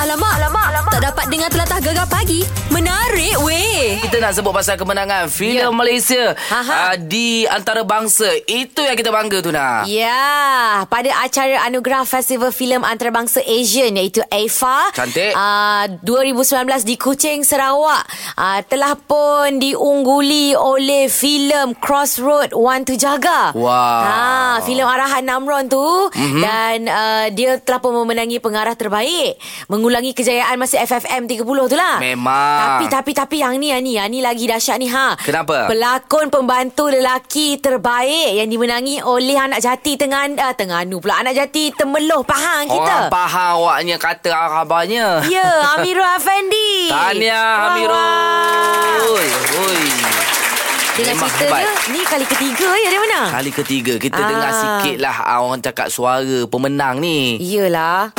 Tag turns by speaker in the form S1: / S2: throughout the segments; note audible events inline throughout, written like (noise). S1: Alamak, alamak, alamak. Tak dapat dengar telatah gegar pagi. Menarik weh.
S2: Kita nak sebut pasal kemenangan filem yeah. Malaysia
S1: Ya. Aha.
S2: uh, di antara bangsa. Itu yang kita bangga tu nak.
S1: Ya, pada acara Anugerah Festival Filem Antarabangsa Asian iaitu AIFA
S2: Cantik.
S1: uh, 2019 di Kuching, Sarawak uh, telah pun diungguli oleh filem Crossroad One to Jaga.
S2: Wow.
S1: Ha, filem arahan Namron tu
S2: Mhm.
S1: mm-hmm. dan uh, dia telah pun memenangi pengarah terbaik mengulangi kejayaan masa FFM 30 tu lah.
S2: Memang.
S1: Tapi tapi tapi yang ni yang ni yang ni lagi dahsyat ni ha.
S2: Kenapa?
S1: Pelakon pembantu lelaki terbaik yang dimenangi oleh anak jati Tengan uh, Tengganu pula anak jati Temeloh Pahang
S2: Orang
S1: kita.
S2: Pahang awaknya kata Arabanya. (laughs)
S1: ya, Amirul Afendi.
S2: Tahniah
S1: Wah, wah.
S2: Amirul. Oi, oi.
S1: Dengan
S2: Memang
S1: cerita dia, ni kali ketiga ya dia menang.
S2: Kali ketiga kita
S1: Ah.
S2: ah. dengar sikit lah ah, orang cakap suara
S1: Ya.
S2: pemenang ni.
S1: Iyalah.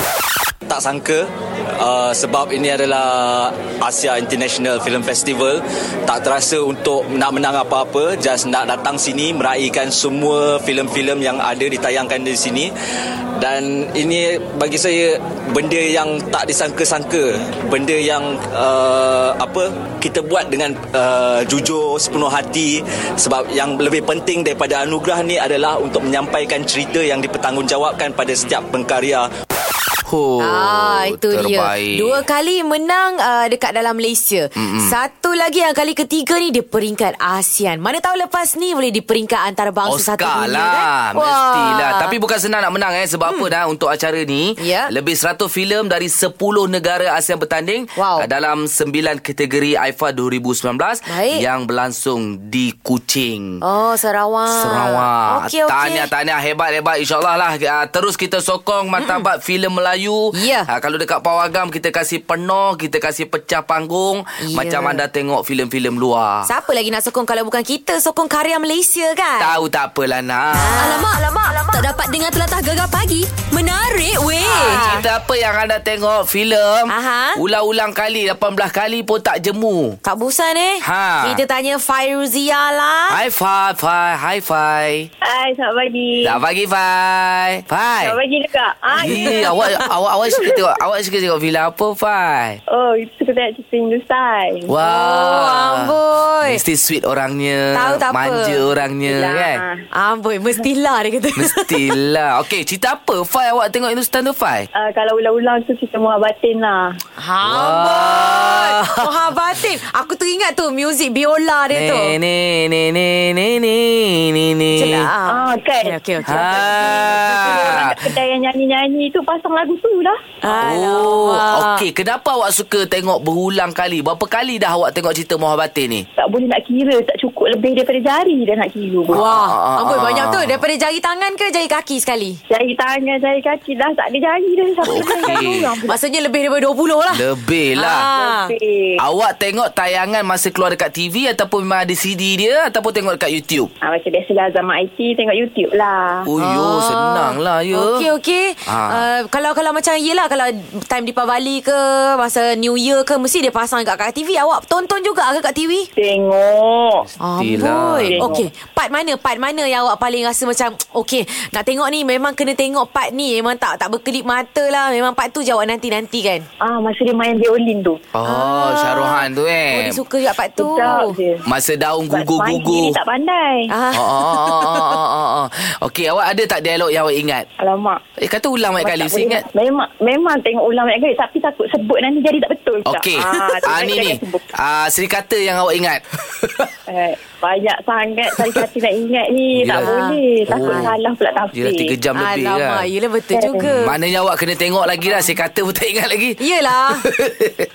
S3: tak sangka uh, sebab ini adalah Asia International Film Festival tak terasa untuk nak menang apa-apa just nak datang sini meraihkan semua filem-filem yang ada ditayangkan di sini dan ini bagi saya benda yang tak disangka-sangka benda yang uh, apa kita buat dengan uh, jujur sepenuh hati sebab yang lebih penting daripada anugerah ni adalah untuk menyampaikan cerita yang dipertanggungjawabkan pada setiap pengkarya
S2: Oh,
S1: ah itu
S2: terbaik.
S1: dia. Dua kali menang uh, dekat dalam Malaysia. Mm-hmm. Satu lagi yang kali ketiga ni di peringkat ASEAN. Mana tahu lepas ni boleh di peringkat antarabangsa satu
S2: Oscar
S1: dunia
S2: lah
S1: kan.
S2: Mestilah Tapi bukan senang nak menang eh Sebab hmm. apa dah Untuk acara ni
S1: Ya.
S2: Lebih 100 filem Dari 10 negara ASEAN bertanding
S1: Wow.
S2: ah, Dalam 9 kategori AIFA 2019
S1: Baik.
S2: Yang berlangsung di Kuching
S1: Oh, Sarawak.
S2: Sarawak
S1: Okey, okey.
S2: Tahniah-tahniah Hebat-hebat InsyaAllah lah ah, Terus kita sokong Martabat filem Melayu
S1: Hmm. Ya.
S2: Ah, Kalau dekat Pawagam Kita kasih penuh Kita kasih pecah panggung
S1: Ya.
S2: Macam anda tengok filem-filem luar
S1: Ah. Siapa lagi nak sokong kalau bukan kita sokong karya Malaysia kan?
S2: Tahu tak apalah nak
S1: Alamak, alamak, alamak. Tak dapat dengar telatah gegar pagi. Menarik weh.
S2: Ah. Cerita apa yang anda tengok filem
S1: Aha.
S2: ulang-ulang kali 18 kali pun tak jemu.
S1: Tak bosan eh?
S2: Ha.
S1: Kita tanya Fairuzia lah.
S2: Hai Fai, Fai, hai Fai.
S4: Hai, selamat pagi.
S2: Dah pagi Fai. Fai.
S4: Selamat pagi juga. Ah, Hai.
S2: Ih, awak awak awak suka tengok awak suka tengok filem apa Fai?
S4: Oh, itu kita nak cerita Hindustan.
S2: Wah.
S1: Oh,
S2: Ah.
S1: amboi.
S2: Mesti sweet orangnya.
S1: Tahu tak apa.
S2: Manja orangnya
S4: Yelah.
S2: kan.
S1: Amboi, mestilah dia kata.
S2: Mestilah. Okey, cerita apa Fai awak tengok Hindustan tu Fai?
S4: Uh, kalau ulang-ulang tu cerita Muhabbatin lah.
S1: (laughs) Amboi. Oh, habatin. Aku teringat tu muzik biola dia tu.
S2: Ni ni ni ni ni ni ni ni.
S4: Ah, kan?
S1: Okey, okey.
S2: Ha.
S4: Anak kedai yang nyanyi-nyanyi tu pasang lagu tu lah.
S2: Oh,
S1: Alamak.
S2: okey. Kenapa awak suka tengok berulang kali? Berapa kali dah awak tengok cerita Muhabbatin ni?
S4: Tak boleh nak kira. Tak cukup lebih daripada jari dah nak kira. Wah.
S1: Wah,
S2: Ah,
S1: amboi
S2: ah,
S1: banyak
S2: ah.
S1: tu. Daripada jari tangan ke jari kaki sekali?
S4: Jari tangan, jari kaki dah tak ada jari dah. Sampai
S2: Okey.
S4: jari orang pun
S1: Maksudnya lebih daripada 20 lah.
S2: Lebih lah.
S1: Ah.
S4: Okey.
S2: Awak tengok tayangan masa keluar dekat TV ataupun memang ada CD dia ataupun tengok dekat YouTube?
S4: Ah, macam biasalah zaman IT tengok YouTube lah.
S2: Oh, yo,
S1: Ah.
S2: senang lah, ya.
S1: Okey okey.
S2: Ha.
S1: Uh, kalau kalau macam yelah kalau time Deepavali ke masa New Year ke mesti dia pasang kat kat TV. Awak tonton juga ke kat TV?
S4: Tengok.
S2: Mestilah.
S1: Amboi.
S4: Tengok.
S1: Okey, part mana? Part mana yang awak paling rasa macam okey, nak tengok ni memang kena tengok part ni. Memang tak tak berkelip mata lah. Memang part tu je awak nanti-nanti kan.
S4: Ah, masa dia main violin tu.
S2: Oh, Syarohan tu
S1: Ah. Oh,
S2: eh.
S1: dia suka juga part tu.
S4: Sedap je.
S2: Masa daun
S4: Sebab main
S2: gugur-gugur.
S4: sendiri tak pandai.
S2: Oh,
S1: Ah.
S2: oh, oh, oh, oh, oh, oh. Okey, awak ada tak dialog yang awak ingat?
S4: Alamak.
S2: Eh, kata ulang banyak kali.
S4: Tak
S2: Saya
S4: boleh.
S2: ingat
S4: Memang memang tengok ulang banyak kali tapi takut sebut nanti jadi tak betul. tak?
S2: Okey. (laughs)
S4: tu
S2: Ah,
S4: kan
S2: ni
S4: jangan
S2: ni.
S4: sebut.
S2: Ah, seri kata yang awak ingat.
S1: (laughs)
S4: Eh, banyak sangat saya hati nak ingat ni tak
S2: Yelah.
S4: boleh takut
S2: Ya. Oh.
S4: salah pula tafsir.
S2: Yelah 3 jam lebih
S1: Alamak,
S2: kan.
S1: yelah betul juga.
S2: Maknanya awak kena tengok lagi lah. Seri kata pun tak ingat lagi.
S1: Ya. Yelah.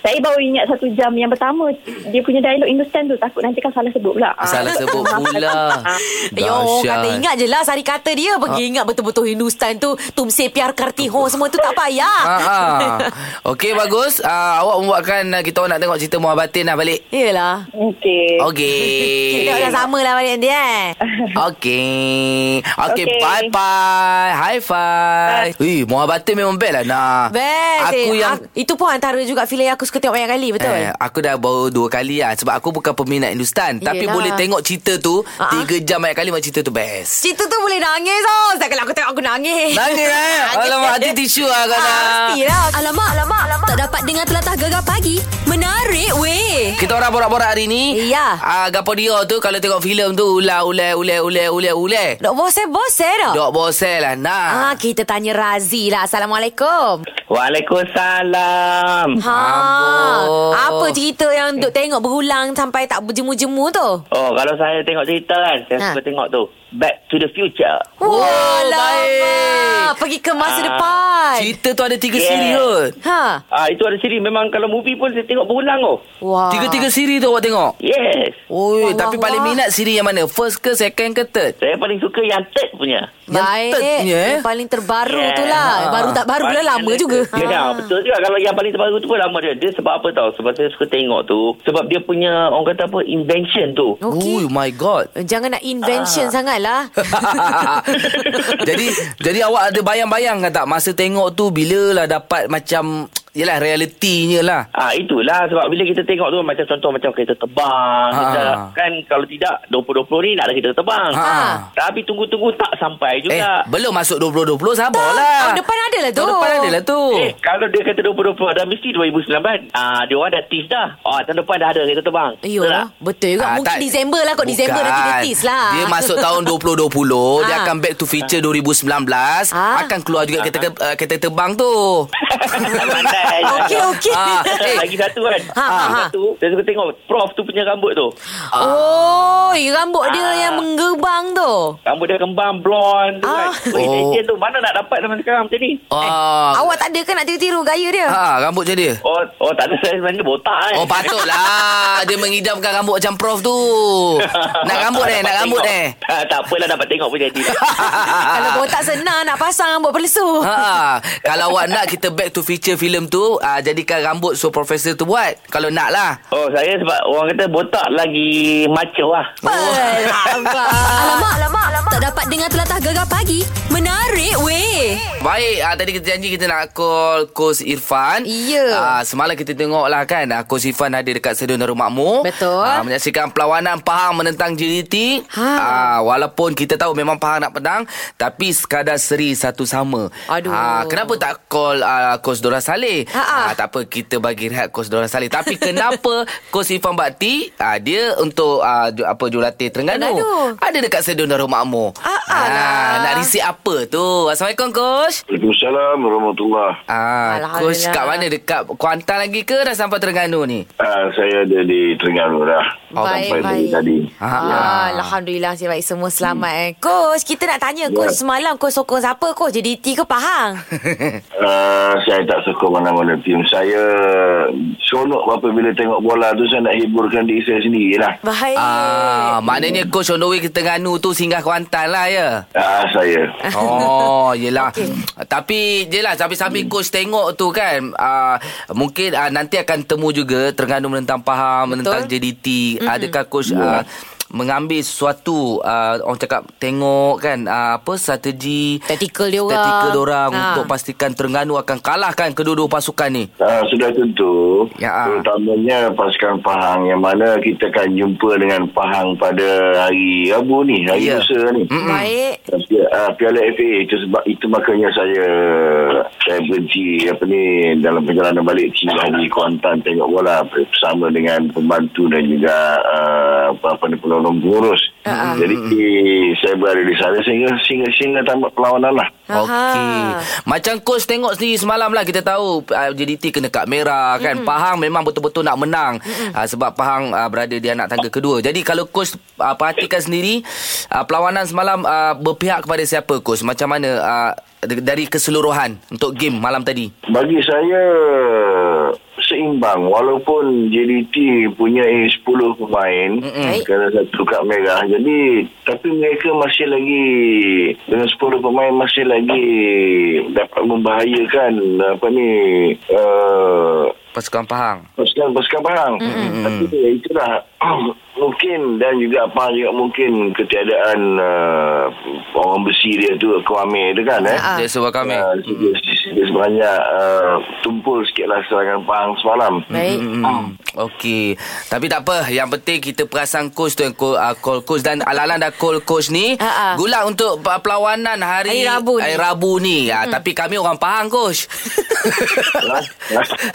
S4: Saya baru ingat satu jam yang pertama dia punya dialog Hindustan tu takut nanti kan salah sebut pula. Ah,
S2: Salah sebut
S4: (laughs)
S2: pula.
S1: (laughs) Yo, orang kata ingat je lah Sari kata dia Pergi
S2: Ah.
S1: ingat betul-betul Hindustan tu Tumse Piar Karti Ho Semua tu tak payah
S2: Ha, ha. Okey bagus. Ah, awak membuatkan ah, kita orang nak tengok cerita Muhabbatin lah balik.
S1: Yelah
S4: Okey.
S2: Okey.
S1: (laughs) Kita Doakan sama lah balik nanti eh.
S2: Okey. Okey,
S4: Okey.
S2: bye-bye. High five. Ui, muhabbatin memang best lah nak.
S1: Best.
S2: Aku
S1: eh.
S2: yang...
S1: Ak- itu pun antara juga filem yang aku suka tengok banyak kali, betul?
S2: Eh, aku dah baru dua kali lah Sebab aku bukan peminat Hindustan Tapi
S1: Yelah.
S2: boleh tengok cerita tu
S1: Ah, ah.
S2: Tiga jam banyak kali Memang cerita tu
S1: (laughs)
S2: best
S1: Cerita tu boleh nangis oh. Setiap kali aku tengok aku nangis.
S2: Nangis eh Alamak hati tisu lah kau
S1: Ah,
S2: nak
S1: Pastilah.
S5: Alamak, alamak, alamak. Tak dapat dengar telatah gegar pagi. Menarik weh.
S2: Kita orang borak-borak hari ni
S1: Ya.
S2: Ah, Gapo dia tu Kalau tengok filem tu Ular, ular, ular, ular, ular, ular
S1: eh, Dok bosan-bosan dah.
S2: Dok bosel lah nak
S1: Ah, kita tanya Razi lah. Assalamualaikum.
S6: Waalaikumsalam.
S1: Ha.
S2: Amboi.
S1: Apa cerita yang duk tengok berulang sampai tak berjemu-jemu tu?
S6: Oh, kalau saya tengok cerita kan, saya
S1: Ha.
S6: ha. suka tengok tu. Back to the Future.
S2: Wow,
S1: Alamak.
S2: Oh, baik.
S1: Oh, Pergi ke masa
S6: Ah,
S1: depan.
S2: Cerita tu ada tiga
S6: Yeah.
S2: siri kot
S1: Ha.
S6: Ah, itu ada siri. Memang kalau movie pun saya tengok berulang oh.
S1: Wah.
S2: Tiga-tiga siri tu awak tengok
S6: Yes.
S2: Oi,
S1: Wah,
S2: tapi
S1: wah,
S2: paling
S1: wah.
S2: minat siri yang mana? First ke second ke third?
S6: Saya paling suka yang third punya.
S2: Yang
S1: Baik.
S2: third punya, eh?
S1: Yang paling terbaru
S6: Yeah.
S1: tu lah. Baru tak baru lah lama juga.
S6: Ya, dah, betul juga. Kalau yang paling terbaru tu pun lama dia. Dia sebab apa tau? Sebab saya suka tengok tu. Sebab dia punya, orang kata apa, invention tu.
S1: Okey.
S2: Ui, my god. (laughs)
S1: Ha. Jangan nak invention
S2: Ah.
S1: lah. sangatlah.
S2: jadi jadi awak ada bayang-bayang kan tak masa tengok tu bila lah dapat macam yalah realitinya lah.
S6: Ah itulah sebab bila kita tengok tu macam contoh macam kereta terbang
S2: Ah.
S6: kita, kan kalau tidak 2020 ni nak ada kereta terbang.
S2: Ah.
S6: Tapi tunggu-tunggu tak sampai
S2: Eh,
S6: juga.
S2: belum masuk 2020 sabarlah.
S1: Tahun depan ada lah tu.
S2: Tahun depan ada lah tu.
S6: Eh, kalau dia kata 2020 dah mesti 2019. Ah, dia orang dah tease dah. Ah, tahun depan dah ada kereta terbang.
S1: Yo,
S6: Betul tak?
S1: betul juga.
S2: Ah,
S1: Mungkin
S2: tak-
S1: Disember lah kot. Disember nanti dia
S2: Bukan.
S1: tease lah.
S2: Dia
S1: (laughs)
S2: masuk tahun 2020
S1: Ah.
S2: Dia akan back to feature 2019
S1: Ah.
S2: Akan keluar juga kereta, uh, kereta terbang tu
S6: Pandai.
S1: Okey, okey.
S2: Ah,
S1: (laughs)
S2: eh.
S6: Lagi satu kan.
S1: Ha, ha,
S6: Lagi
S1: ha.
S6: Satu, saya suka tengok prof tu punya rambut tu.
S1: Oh, rambut dia
S2: Ah.
S1: yang menggebang tu.
S6: Rambut dia kembang blonde tu
S1: Ah.
S6: kan. Oh,
S2: Oh.
S6: oh. tu mana nak dapat zaman sekarang macam ni?
S2: Ah,
S1: Awak tak ada ke nak tiru-tiru gaya dia?
S2: Ha, rambut je dia.
S6: Oh, oh tak ada saya sebenarnya botak kan.
S2: Oh
S6: (laughs)
S1: (laughs)
S2: patutlah Dia mengidamkan rambut macam prof tu Nak rambut eh Nak
S6: Dapat
S2: rambut eh
S6: tengok. Ah, tak apalah dapat tengok pun jadi.
S1: (laughs)
S2: Ah,
S1: Kalau botak senang nak pasang rambut pelesu.
S2: Ha, kalau awak nak kita back to feature filem tu uh, jadikan rambut so profesor tu buat kalau nak lah
S6: oh, saya sebab orang kata botak lagi macho lah.
S2: (laughs)
S1: Alamak.
S5: Alamak, alamak, alamak. Tak dapat dengar telatah gegar pagi. Menarik weh.
S2: Baik, uh, tadi kita janji kita nak call Coach Irfan.
S1: Ya.
S2: Ah, semalam kita tengok lah kan, uh, Coach Irfan ada dekat Stadium Darul Makmur.
S1: Betul.
S2: Ah, menyaksikan perlawanan Pahang menentang JDT.
S1: Ha.
S2: Ah, walaupun kita tahu memang Pahang nak pedang, tapi sekadar seri satu sama.
S1: Aduh.
S2: Ah, kenapa tak call uh, Coach Dora Saleh?
S1: Ha, ha.
S2: Ah, tak apa, kita bagi rehat Coach Dora Saleh. Tapi
S1: (laughs)
S2: kenapa Coach Irfan Bakti, ah, dia untuk ah, ju- apa jurulatih Terengganu.
S1: Terengganu.
S2: Ada dekat Stadium Darul Makmur.
S1: Ha, ha lah.
S2: Ah, nak risik apa tu? Assalamualaikum, Coach.
S7: Waalaikumsalam warahmatullahi
S2: Ah,
S1: Alhamdulillah.
S2: coach kat mana dekat Kuantan lagi ke dah sampai Terengganu ni?
S7: Ah, saya ada di Terengganu dah.
S2: Oh,
S1: Baik,
S7: sampai
S1: baik.
S7: dari tadi. Ya.
S2: Ah,
S1: Ah, Alhamdulillah saya baik semua selamat eh. Coach, kita nak tanya coach
S7: Ya.
S1: semalam coach sokong siapa coach? JDT ke
S2: (laughs)
S1: Pahang?
S7: Ah, saya tak suka mana-mana tim. Saya seronok apabila tengok bola tu saya nak hiburkan diri saya sendiri lah.
S1: Baik.
S2: ah, maknanya coach on the way ke Terengganu tu singgah Kuantan lah ya.
S7: Ah, saya.
S2: Oh, yelah. Okay. Tapi, yelah, sambil-sambil coach tengok tu kan, uh, mungkin uh, nanti akan temu juga Terengganu menentang Pahang, menentang JDT. Mm-hmm. Adakah coach uh, mengambil sesuatu, uh, orang cakap tengok kan, uh, apa, strategi.
S1: Taktikal dia orang.
S2: Taktikal dia orang
S1: Ah.
S2: untuk pastikan Terengganu akan kalahkan kedua-dua pasukan ni.
S7: Ah, sudah tentu.
S2: Ya, ah.
S7: Terutamanya pasukan Pahang yang mana kita akan jumpa dengan Pahang pada hari Rabu ni, hari
S2: Ya.
S7: Lusa ni.
S1: Baik.
S7: Uh, Piala FA itu sebab itu makanya saya saya benci apa ni dalam perjalanan balik singgah di Kuantan tengok bola bersama dengan pembantu dan juga uh, apa ni penolong pengurus. Uh-huh. Jadi saya berada di sana sehingga sehingga sehingga tamat perlawanan lah.
S1: Aha.
S2: Okey. Macam coach tengok sendiri semalam lah kita tahu uh, JDT kena kad merah kan. Mm-hmm. Pahang memang betul-betul nak menang uh, sebab Pahang uh, berada di anak tangga kedua. Jadi kalau coach uh, perhatikan sendiri uh, perlawanan semalam uh, berpihak kepada siapa coach? Macam mana uh, d- dari keseluruhan untuk game malam tadi?
S7: Bagi saya seimbang walaupun JDT punya 10 pemain
S1: Mm-mm.
S7: kerana satu kad merah jadi tapi mereka masih lagi dengan 10 pemain masih lagi dapat membahayakan apa ni eh, uh,
S2: Pasukan Pahang.
S7: pasukan pasukan Pahang mm-hmm. tapi ya, itulah (clears throat) mungkin dan juga apa juga mungkin ketiadaan uh, orang besi dia tu Kwame tu kan eh.
S1: Ah.
S2: Dia sebuah kami.
S7: Ah, dia, dia- dia sebenarnya uh, tumpul sikit lah serangan Pahang semalam. (laughs)
S1: Baik.
S2: Hmm. Okey. Tapi tak apa. Yang penting kita perasan coach tu yang call, uh, call coach dan Alalan dah call coach ni.
S1: Ha, ha.
S2: Gula untuk uh, perlawanan hari,
S1: Hari Rabu ni.
S2: Hari Rabu ni. Ah, tapi kami orang Pahang coach.
S1: (laughs)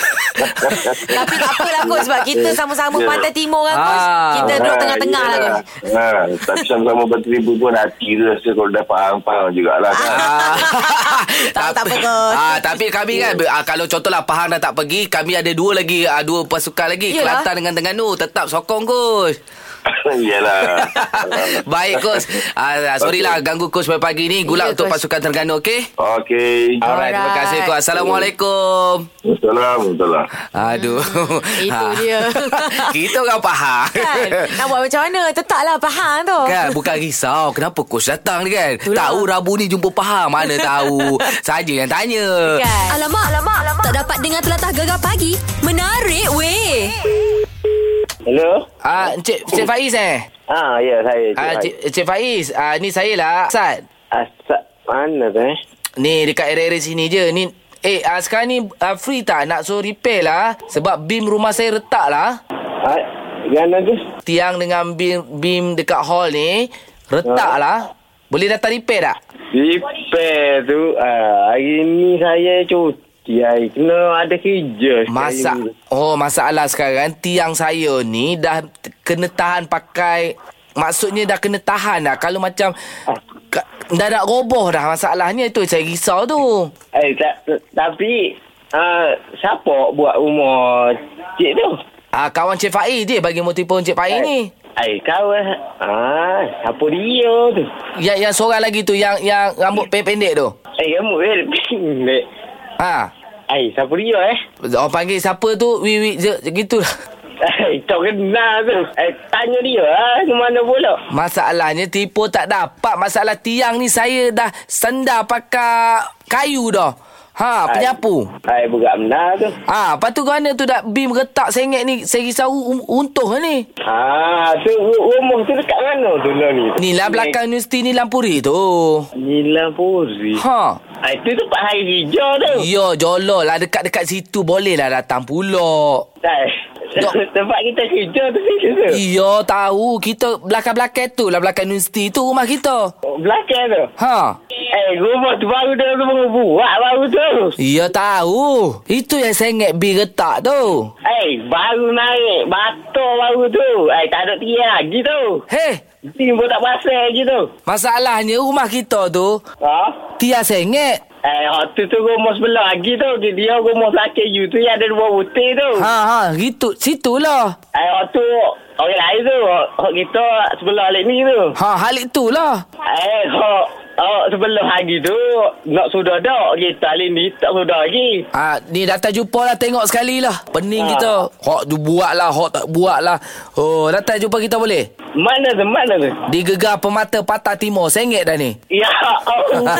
S1: Tapi tak apalah coach sebab
S7: (laughs)
S1: kita sama-sama
S7: Ya.
S1: pantai timur kan coach.
S2: Ah.
S1: Kita duduk
S7: Ah,
S1: tengah-tengah lah
S7: yelah.
S1: coach.
S2: (laughs)
S7: Ah, tapi sama-sama berteribu pun hati dia rasa kalau dah Pahang-Pahang jugalah kan.
S2: Ah.
S1: Tak- tak apa, coach.
S2: Ah, tapi kami kan ah, kalau contohlah Pahang dah tak pergi, kami ada dua lagi ah, dua pasukan lagi
S1: Yelah.
S2: Kelantan dengan Terengganu tetap sokong coach. (laughs)
S1: Ah.
S7: (laughs)
S1: (laughs)
S7: Yalah.
S2: Baik coach. Ah, sorry lah ganggu coach pagi-pagi ni.
S1: Ya,
S2: Gula untuk
S1: coach.
S2: pasukan Terengganu okey?
S7: Okey.
S2: Alright, terima
S1: Alright.
S2: kasih coach. Assalamualaikum.
S7: Assalamualaikum.
S2: Aduh.
S1: Hmm, Itu
S2: Ah.
S1: dia.
S2: (laughs) Kita orang faham.
S1: Kan? Nak buat macam mana? Tetaplah faham tu.
S2: Kan bukan risau Kenapa coach datang ni kan
S1: Itulah.
S2: Tahu Rabu ni jumpa Pahang Mana
S1: (laughs)
S2: tahu Saja yang tanya
S1: Kan?
S5: Alamak, alamak, alamak. Tak dapat dengar telatah gegar pagi. Menarik weh.
S6: Hello?
S2: Ah, Encik, Encik Faiz eh
S6: Ah, ya, saya.
S2: Ah, Encik, Encik Faiz ah, Ni saya lah Sat
S6: Asap Ah, mana tu eh?
S2: Ni dekat area-area sini je Ni Eh ah, sekarang ni ah, free tak nak suruh repair lah Sebab bim rumah saya retak lah
S6: Ah, Gana tu?
S2: Tiang dengan bim, bim dekat hall ni Retak lah Boleh datang repair tak?
S6: Repair tu ah, Hari ni saya cuti hari. Kena ada kerja sekali
S2: Masa
S6: ni.
S2: Oh masalah sekarang Tiang saya ni Dah t- kena tahan pakai Maksudnya dah kena tahan dah Kalau macam ka- Dah nak roboh dah Masalahnya itu Saya risau tu
S6: Eh tak, Tapi ah, Siapa buat rumah Cik tu?
S2: Ah, Kawan Cik Faiz je Bagi motivon Cik Faiz ni
S6: Eh kau eh ah, Siapa dia tu?
S2: Ya, Yang yang seorang lagi tu Yang yang rambut pendek-pendek tu
S6: Eh kamu eh (laughs) Pendek
S2: Ha
S6: Eh siapa dia eh? (laughs)
S2: Orang panggil siapa tu Wiwi je Gitu lah (laughs)
S6: Eh tak kenal tu Eh tanya dia ah, Ke mana pula?
S2: Masalahnya tipu tak dapat Masalah tiang ni Saya dah sendar pakai Kayu dah Ha penyapu
S6: Eh berat benar tu
S2: Ah, lepas tu kerana tu dah bim retak sengit ni, saya risau un- untuh lah ni.
S6: Ah, tu ru- rumah tu dekat mana tu lah ni?
S2: Ni lah belakang universiti ni Lampuri tu.
S6: Nilam Puri.
S2: Ha.
S6: Ah, itu tempat hari hijau tu.
S2: Ya, jolol lah dekat-dekat situ boleh lah datang pula.
S6: Tak.
S2: Dok.
S6: (laughs) tempat kita kerja tu situ tu.
S2: Ya, tahu. Kita belakang-belakang tu lah belakang universiti tu rumah kita.
S6: Belakang tu.
S2: Ha.
S6: Eh, rumah tu baru dah tu baru buat baru tu.
S2: Ya, tahu. Itu yang sengit bim retak tu.
S6: Eh, baru naik. Batu baru tu. Eh, tak ada tiang lagi tu.
S2: Heh,
S6: Tiang pun tak pasal lagi tu.
S2: masalahnya rumah kita tu
S6: Ha?
S2: tiang sengit.
S6: Eh, waktu tu rumah sebelah lagi tu. Dia, dia rumah sakit you tu yang ada dua butir tu.
S2: Ha ha, gitu lah. situlah.
S6: Eh, waktu orang lain tu. Orang kita sebelah alik ni tu.
S2: Ha, halik tu lah.
S6: Eh, oh, oh, sebelum hari tu nak sudah dah kita hari ni tak sudah lagi.
S2: Ah, ni datang jumpa lah tengok sekali lah. Pening
S6: Ah.
S2: kita. Hok tu buat lah, hok tak buat lah. Oh, datang jumpa kita boleh?
S6: Mana tu mana tu?
S2: Di gegar pemata patah timur. Sengit dah ni.
S6: Ya Allah.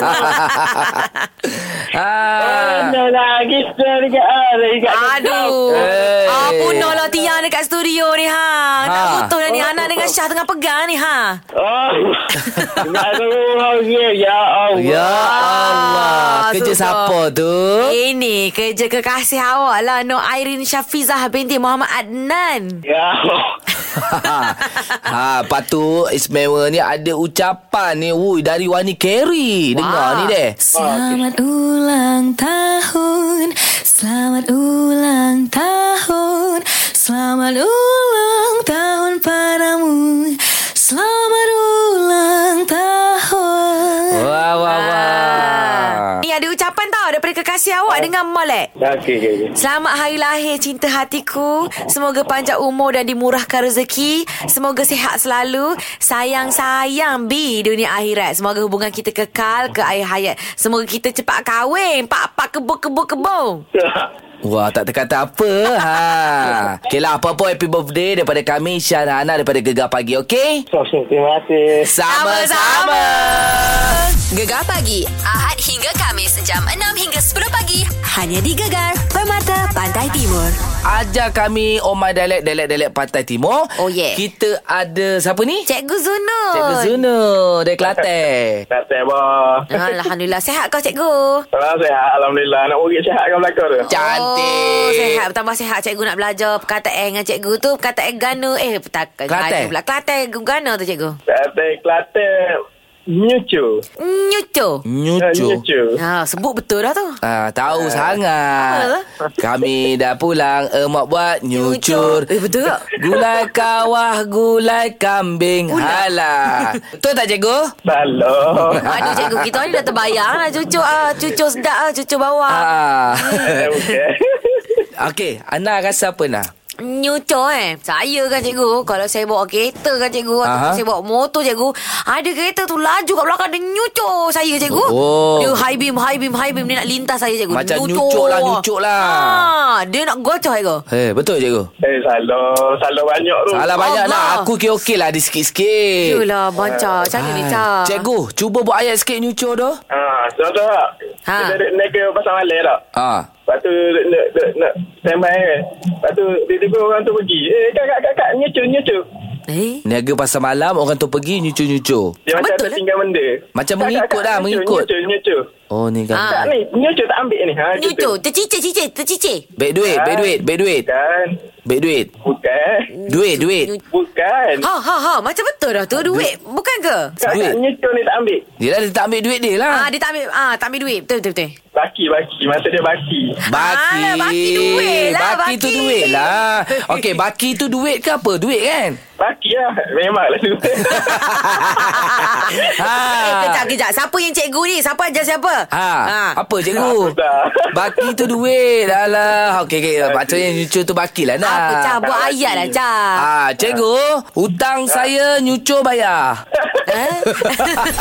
S2: ah.
S6: Mana lagi tu ah, dekat ada dekat.
S1: Aduh.
S2: Hey.
S1: Ah, punah lah tiang dekat studio ni ha. Tak
S2: Ha.
S1: betul dah ni anak dengan Syah tengah pegang ni ha.
S6: Oh. Nak suruh dia ya Allah.
S2: Ya Allah. Kerja
S1: sudah.
S2: siapa tu?
S1: Eh. Ini kerja kekasih awak lah No Airin Syafizah binti Muhammad Adnan
S6: Ya.
S2: (laughs) ha, lepas tu Ismail ni ada ucapan ni Wui, dari Wani Kerry.
S1: Wah.
S2: Dengar ni deh.
S5: Ah, Selamat ulang tahun. Selamat ulang tahun. Selamat ulang tahun padamu. Selamat ulang tahun. Ah.
S2: Wah, wah, wah.
S1: Ni ada ucapan tau daripada kekasih
S2: Ah.
S1: awak
S5: eh?
S1: dengan Malek
S6: Okey okey. okey.
S1: Selamat hari lahir cinta hatiku Semoga panjang umur dan dimurahkan rezeki Semoga sihat selalu Sayang-sayang bi dunia akhirat Semoga hubungan kita kekal ke air hayat Semoga kita cepat kahwin Pak-pak kebo-kebo-kebo
S2: Wah, tak terkata apa. Ha. Okey lah, apa pun happy birthday daripada kami, Syahana daripada Gegar Pagi, okey?
S6: So, terima kasih.
S2: Sama-sama.
S5: Gegar pagi Ahad hingga Kamis jam 6 hingga 10 pagi hanya di Gegar Permata Pantai
S8: Timur.
S2: Ajar kami Oh My Dialect Dialect-dialect Pantai Timur
S1: Oh, yeah.
S2: Kita ada Siapa ni?
S1: Cikgu Zunun.
S2: Cikgu Zuna Dari Kelantan
S9: Nak saya apa?
S1: Alhamdulillah. Sehat kau, cikgu?
S9: Salam sehat. Alhamdulillah. Nak murid sehat kan belakang tu?
S1: Oh,
S2: Cantik
S1: sehat. Bertambah sehat. Cikgu nak belajar perkataan eh dengan cikgu tu. Perkataan gana. Eh, perkataan
S2: Kelantan.
S1: gana pula. Kelantan gana tu, cikgu.
S9: Kata Eh, Kelantan. Eh, Nyucu.
S1: Nyucu.
S6: Ya,
S2: Nyucu
S9: Nyucu.
S1: Ha, sebut betul dah tu.
S2: Ah, tahu sangat. Kami dah pulang, emak buat nyucur.
S1: Eh, betul tak?
S2: Gulai kawah, gulai kambing. Halah. Betul tak cikgu? (laughs)
S9: Salam.
S1: Aduh, cikgu. Kita ni dah terbayang lah. Cucu ah, cucu sedap ah, cucu bawah.
S2: Ah. (laughs)
S9: Eh, Okey.
S2: Okey, Ana rasa apa nak?
S1: Nyucu eh. Saya kan, cikgu. Kalau saya bawa kereta kan, cikgu. Ataupun
S2: Aha.
S1: saya bawa motor, cikgu. Ada kereta tu laju kat belakang. Dia nyucu saya, cikgu.
S2: Oh.
S1: Dia high beam, high beam, high beam. Dia nak lintas saya, cikgu.
S2: Macam nyucuk lah, nyucuk lah.
S1: Ha, dia nak gocok, cikgu.
S2: Eh, betul cikgu.
S9: Eh, salam. Salam banyak tu.
S2: Salah banyak
S1: Allah.
S2: nak. Aku okey-okey lah ada sikit-sikit.
S1: Yulah, banca. Macam mana ni, Cak?
S2: Ah, Cikgu, cuba buat ayat sikit nyucur tu.
S9: Ha, so tu tak?
S1: Ha.
S9: Kita duduk naik ke pasar Malay tak?
S2: Ah.
S9: Lepas tu duduk- duduk duduk nak standby kan. Lepas tu tiba-tiba orang tu pergi. Eh, kak, kak, kak, kak, nyucu, nyucu.
S1: Eh?
S2: Niaga pasar malam, orang tu pergi nyucur-nyucur.
S9: Dia macam
S1: Betul
S9: Betul
S1: lah.
S9: tinggal benda.
S2: Macam
S9: Kak, kak,
S2: mengikut
S9: kak,
S2: lah,
S9: nyucu,
S2: mengikut.
S9: Nyucu, nyucu.
S2: Oh, ni kan.
S1: Ah.
S9: Tak ni, nyucu tak ambil ni. Ha, gitu.
S1: Nyucu. Tercicir, cicir. Tercicir.
S2: Baik duit, baik duit, baik duit.
S9: Bukan.
S2: Baik duit.
S9: Bukan.
S2: Duit, duit.
S9: Bukan.
S1: Ha ha ha Macam betul dah tu Duit bukan ke
S9: Kak,
S2: Duit.
S9: kak, nyucu ni tak ambil.
S2: Yelah dia tak ambil duit dia lah
S1: Ah ha, dia tak ambil ah ha, tak ambil duit betul betul
S2: (laughs)
S1: betul.
S9: Baki, baki. Masa dia baki.
S2: Baki
S1: Alah, ah, baki duit lah,
S2: Baki tu
S1: baki.
S2: duit lah Okey baki tu duit ke apa Duit kan
S9: Baki lah. Memang lah (laughs) tu.
S2: ha.
S1: Eh, kejap kejap siapa yang cikgu ni siapa ajar siapa? Ah,
S2: Ha. Apa cikgu
S9: Dah.
S2: Baki tu duit Alah Okey okay. Maksudnya nyucur tu baki lah nak
S1: Apa Cah buat ayat lah Cah.
S2: Ah, cikgu, hutang saya nyucur bayar.
S1: Ha?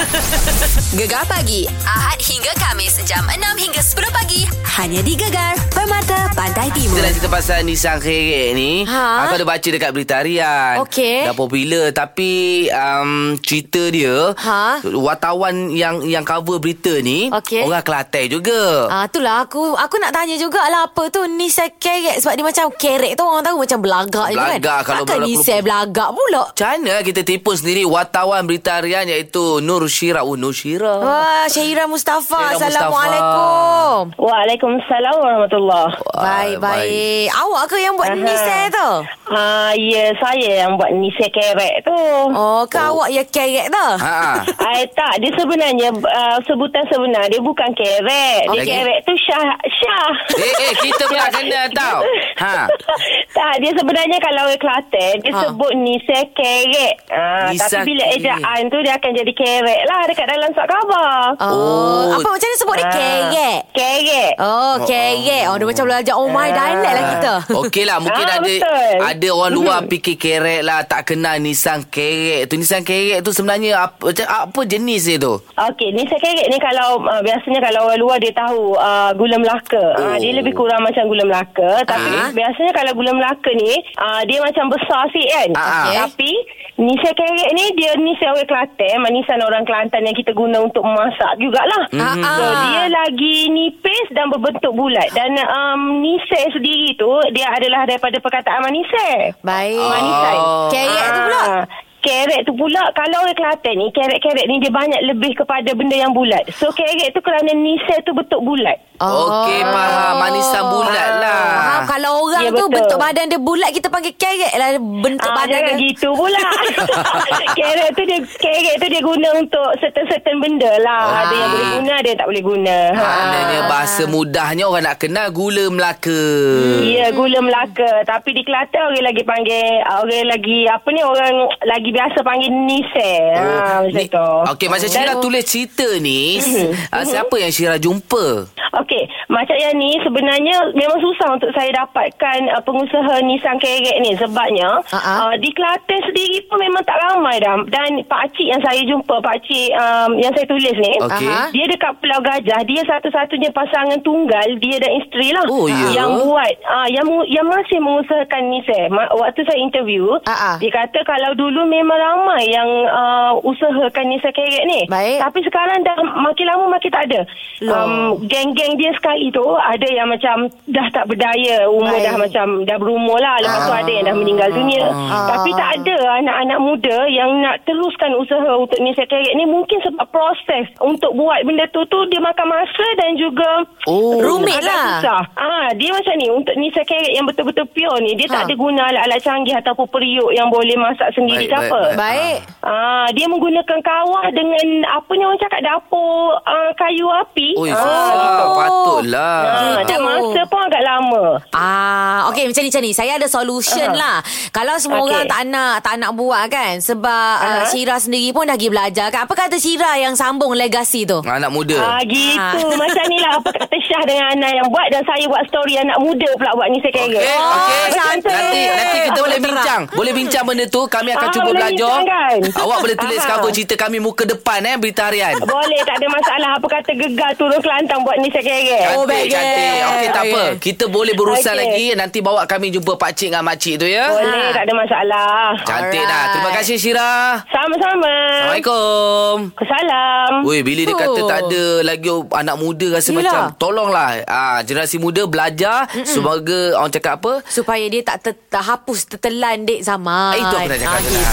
S2: (laughs)
S8: Gegar pagi. Ahad hingga Kamis. Jam 6 hingga 10 pagi. Hanya di Gegar. Permata Pantai Timur.
S2: Kita nak cerita pasal Nisang Kerek ni
S1: Ha?
S2: Aku ada baca dekat berita harian
S1: Okey.
S2: Dah popular Tapi um, cerita dia
S1: Ha?
S2: Wartawan yang yang cover berita ni
S1: Okey.
S2: Orang Kelantan juga
S1: Ah itulah aku aku nak tanya jugalah apa tu nisai kerek sebab dia macam kerek tu orang tahu macam belagak je kan.
S2: Belagak kalau
S1: Takkan
S2: belagak
S1: nisai
S2: pelupuk.
S1: belagak pula.
S2: Macam mana kita tipu sendiri wartawan berita harian iaitu Nur Syira Oh Nur Syira
S1: Wah Syahira Ah, Mustafa
S2: Syahira Mustafa.
S1: Assalamualaikum.
S6: Waalaikumsalam warahmatullahi
S1: Baik-baik. Awak ke yang buat
S6: Aha.
S1: nisai tu?
S6: Ah, ya, saya yang buat ni saya kerek tu.
S1: Oh, ke awak yang kerek tu?
S2: Ha
S6: Ay, tak, dia sebenarnya uh, sebutan sebenar dia bukan kerek. Dia
S2: Lagi?
S6: kerek tu Syah.
S1: (laughs)
S6: Syah.
S2: Eh eh kita pula kena tau. Ha.
S6: tak, dia sebenarnya kalau orang Kelantan, dia
S1: Ha.
S6: ha. sebut ni saya kerek. Ah,
S2: Ni
S6: tapi
S2: saya
S6: bila
S2: kerek.
S6: ejaan tu dia akan jadi kerek lah dekat dalam surat khabar.
S1: Oh,
S2: Oh.
S1: apa macam mana sebut dia kerek?
S6: Kerek.
S1: Oh, kerek. Oh, dia macam belajar oh my dialect lah kita.
S2: (laughs) Okey lah mungkin
S6: Ah,
S2: ada
S6: betul. Hmm.
S2: ada orang luar fikir kerek lah tak kenal nisan kerek tu nisan kerek tu sebenarnya apa macam apa jenis dia tu
S6: Okey, ni saya kerek ni kalau uh, biasanya kalau orang luar dia tahu uh, gula Melaka.
S2: Oh.
S6: Uh, dia lebih kurang macam gula Melaka, tapi
S1: Ah.
S6: biasanya kalau gula Melaka ni uh, dia macam besar sikit kan.
S2: Ah, ah.
S1: Okey.
S6: Tapi ni saya kerek ni dia ni saya orang Kelantan, eh. manisan orang Kelantan yang kita guna untuk memasak jugalah.
S1: Ah, ah.
S6: So dia lagi nipis dan berbentuk bulat dan um, nisai sendiri tu dia adalah daripada perkataan manisai.
S1: Baik.
S6: Manisai.
S2: Oh.
S1: Kerek tu Eh,
S6: Ah,
S1: pula.
S6: Kerek tu pula kalau orang Kelantan ni kerek-kerek ni dia banyak lebih kepada benda yang bulat. So kerek tu kerana nisai tu bentuk bulat.
S2: Okey faham manisan bulat lah
S1: Oh. Faham, kalau orang
S6: Ya,
S1: tu
S6: betul.
S1: bentuk badan dia bulat kita panggil kerek lah bentuk
S6: Ah,
S1: badan
S6: jangan
S1: dia.
S6: gitu pula. kerek tu dia kerek tu dia guna untuk certain-certain benda lah.
S2: Okey.
S6: Ada yang boleh guna, ada yang tak boleh guna. Ha.
S2: Maknanya bahasa mudahnya orang nak kenal gula Melaka
S6: Ya,
S2: Hmm.
S6: gula Melaka. Tapi di Kelantan orang lagi panggil, uh, orang lagi, apa ni, orang lagi biasa panggil nisai. Oh, ha, macam
S2: Ni-
S6: tu. Mhm.
S2: Okey macam Syirah tulis cerita ni ah, Siapa yang Syirah jumpa
S6: Okey, macam yang ni sebenarnya memang susah untuk saya dapatkan persoalan uh, pengusaha nisan kerek ni sebabnya
S1: Ah, ah.
S6: uh, di Kelantan sendiri pun memang tak ramai dah dan pak cik yang saya jumpa pak cik um, yang saya tulis ni
S2: Okey.
S1: Aha.
S6: dia dekat Pulau Gajah dia satu-satunya pasangan tunggal dia dan isteri lah
S2: Oh, ya?
S6: yang buat uh, yang mu- yang masih mengusahakan ni saya Ma- waktu saya interview
S1: Ah, ah.
S6: dia kata kalau dulu memang ramai yang uh, usahakan ni saya kerek ni
S1: Baik.
S6: tapi sekarang dah makin lama makin tak ada
S1: Loh.
S6: Um, geng-geng dia sekali tu ada yang macam dah tak berdaya umur
S1: Baik.
S6: dah macam dah berumur lah lepas
S2: Ah.
S6: tu ada yang dah meninggal dunia tapi tak ada anak-anak muda yang nak teruskan usaha untuk ni saya kerek ni mungkin sebab proses untuk buat benda tu tu dia makan masa dan juga
S2: Oh.
S1: Rumit
S6: agak
S1: lah.
S6: susah. Ah, dia macam ni untuk ni saya kerek yang betul-betul pure ni dia
S1: Ha.
S2: Ah.
S6: tak ada guna alat-alat canggih ataupun periuk yang boleh masak sendiri
S2: Baik,
S6: ke
S2: baik,
S6: apa
S2: baik.
S1: Baik.
S6: Ah, dia menggunakan kawah dengan apa ni orang cakap dapur ah, kayu api.
S2: Oi,
S6: ah,
S2: susah. Patutlah.
S6: ah, dan
S1: Gitu.
S6: masa pun agak lama.
S1: Ah, okey macam ni macam ni. Saya ada solution
S6: Ah.
S1: lah. Kalau semua
S6: Okey.
S1: orang tak nak tak nak buat kan sebab uh,
S6: Ah.
S1: Syira sendiri pun dah pergi belajar kan. Apa kata Syira yang sambung legasi tu?
S2: Anak
S6: Ah,
S2: muda.
S6: gitu.
S1: Ah.
S6: Macam ni lah apa kata Syah dengan Ana yang buat dan saya buat story anak muda pula buat ni saya kira. Ah,
S2: Okey, okey.
S1: Oh,
S6: Oh,
S1: cantik.
S2: Nanti nanti kita boleh bincang. Boleh bincang benda tu. Kami akan
S6: Ah,
S2: cuba
S6: boleh
S2: belajar.
S6: bincangkan.
S2: Awak boleh tulis
S6: Ah.
S2: cover cerita kami muka depan eh berita harian.
S6: Boleh tak ada masalah apa kata gegar turun Kelantan buat ni saya kira.
S1: Oh,
S2: Cantik,
S1: baik.
S2: cantik. Okey, tak apa.
S1: Okey.
S2: Kita boleh berurusan
S6: Okey.
S2: lagi. Nanti bawa kami jumpa pak cik dengan mak cik tu ya.
S6: Boleh tak ada masalah.
S2: Cantik dah.
S1: Alright.
S2: Terima kasih Syirah.
S6: Sama-sama.
S2: Assalamualaikum.
S6: Salam.
S2: Weh bila dia
S1: Oh.
S2: kata tak ada lagi anak muda rasa
S1: Yelah.
S2: macam tolonglah ah generasi muda belajar Mm-mm. semoga orang cakap apa
S1: Supaya dia tak, ter, tak hapus tertelan dek zaman. Ah,
S2: Eh, itu aku nak cakap tu lah.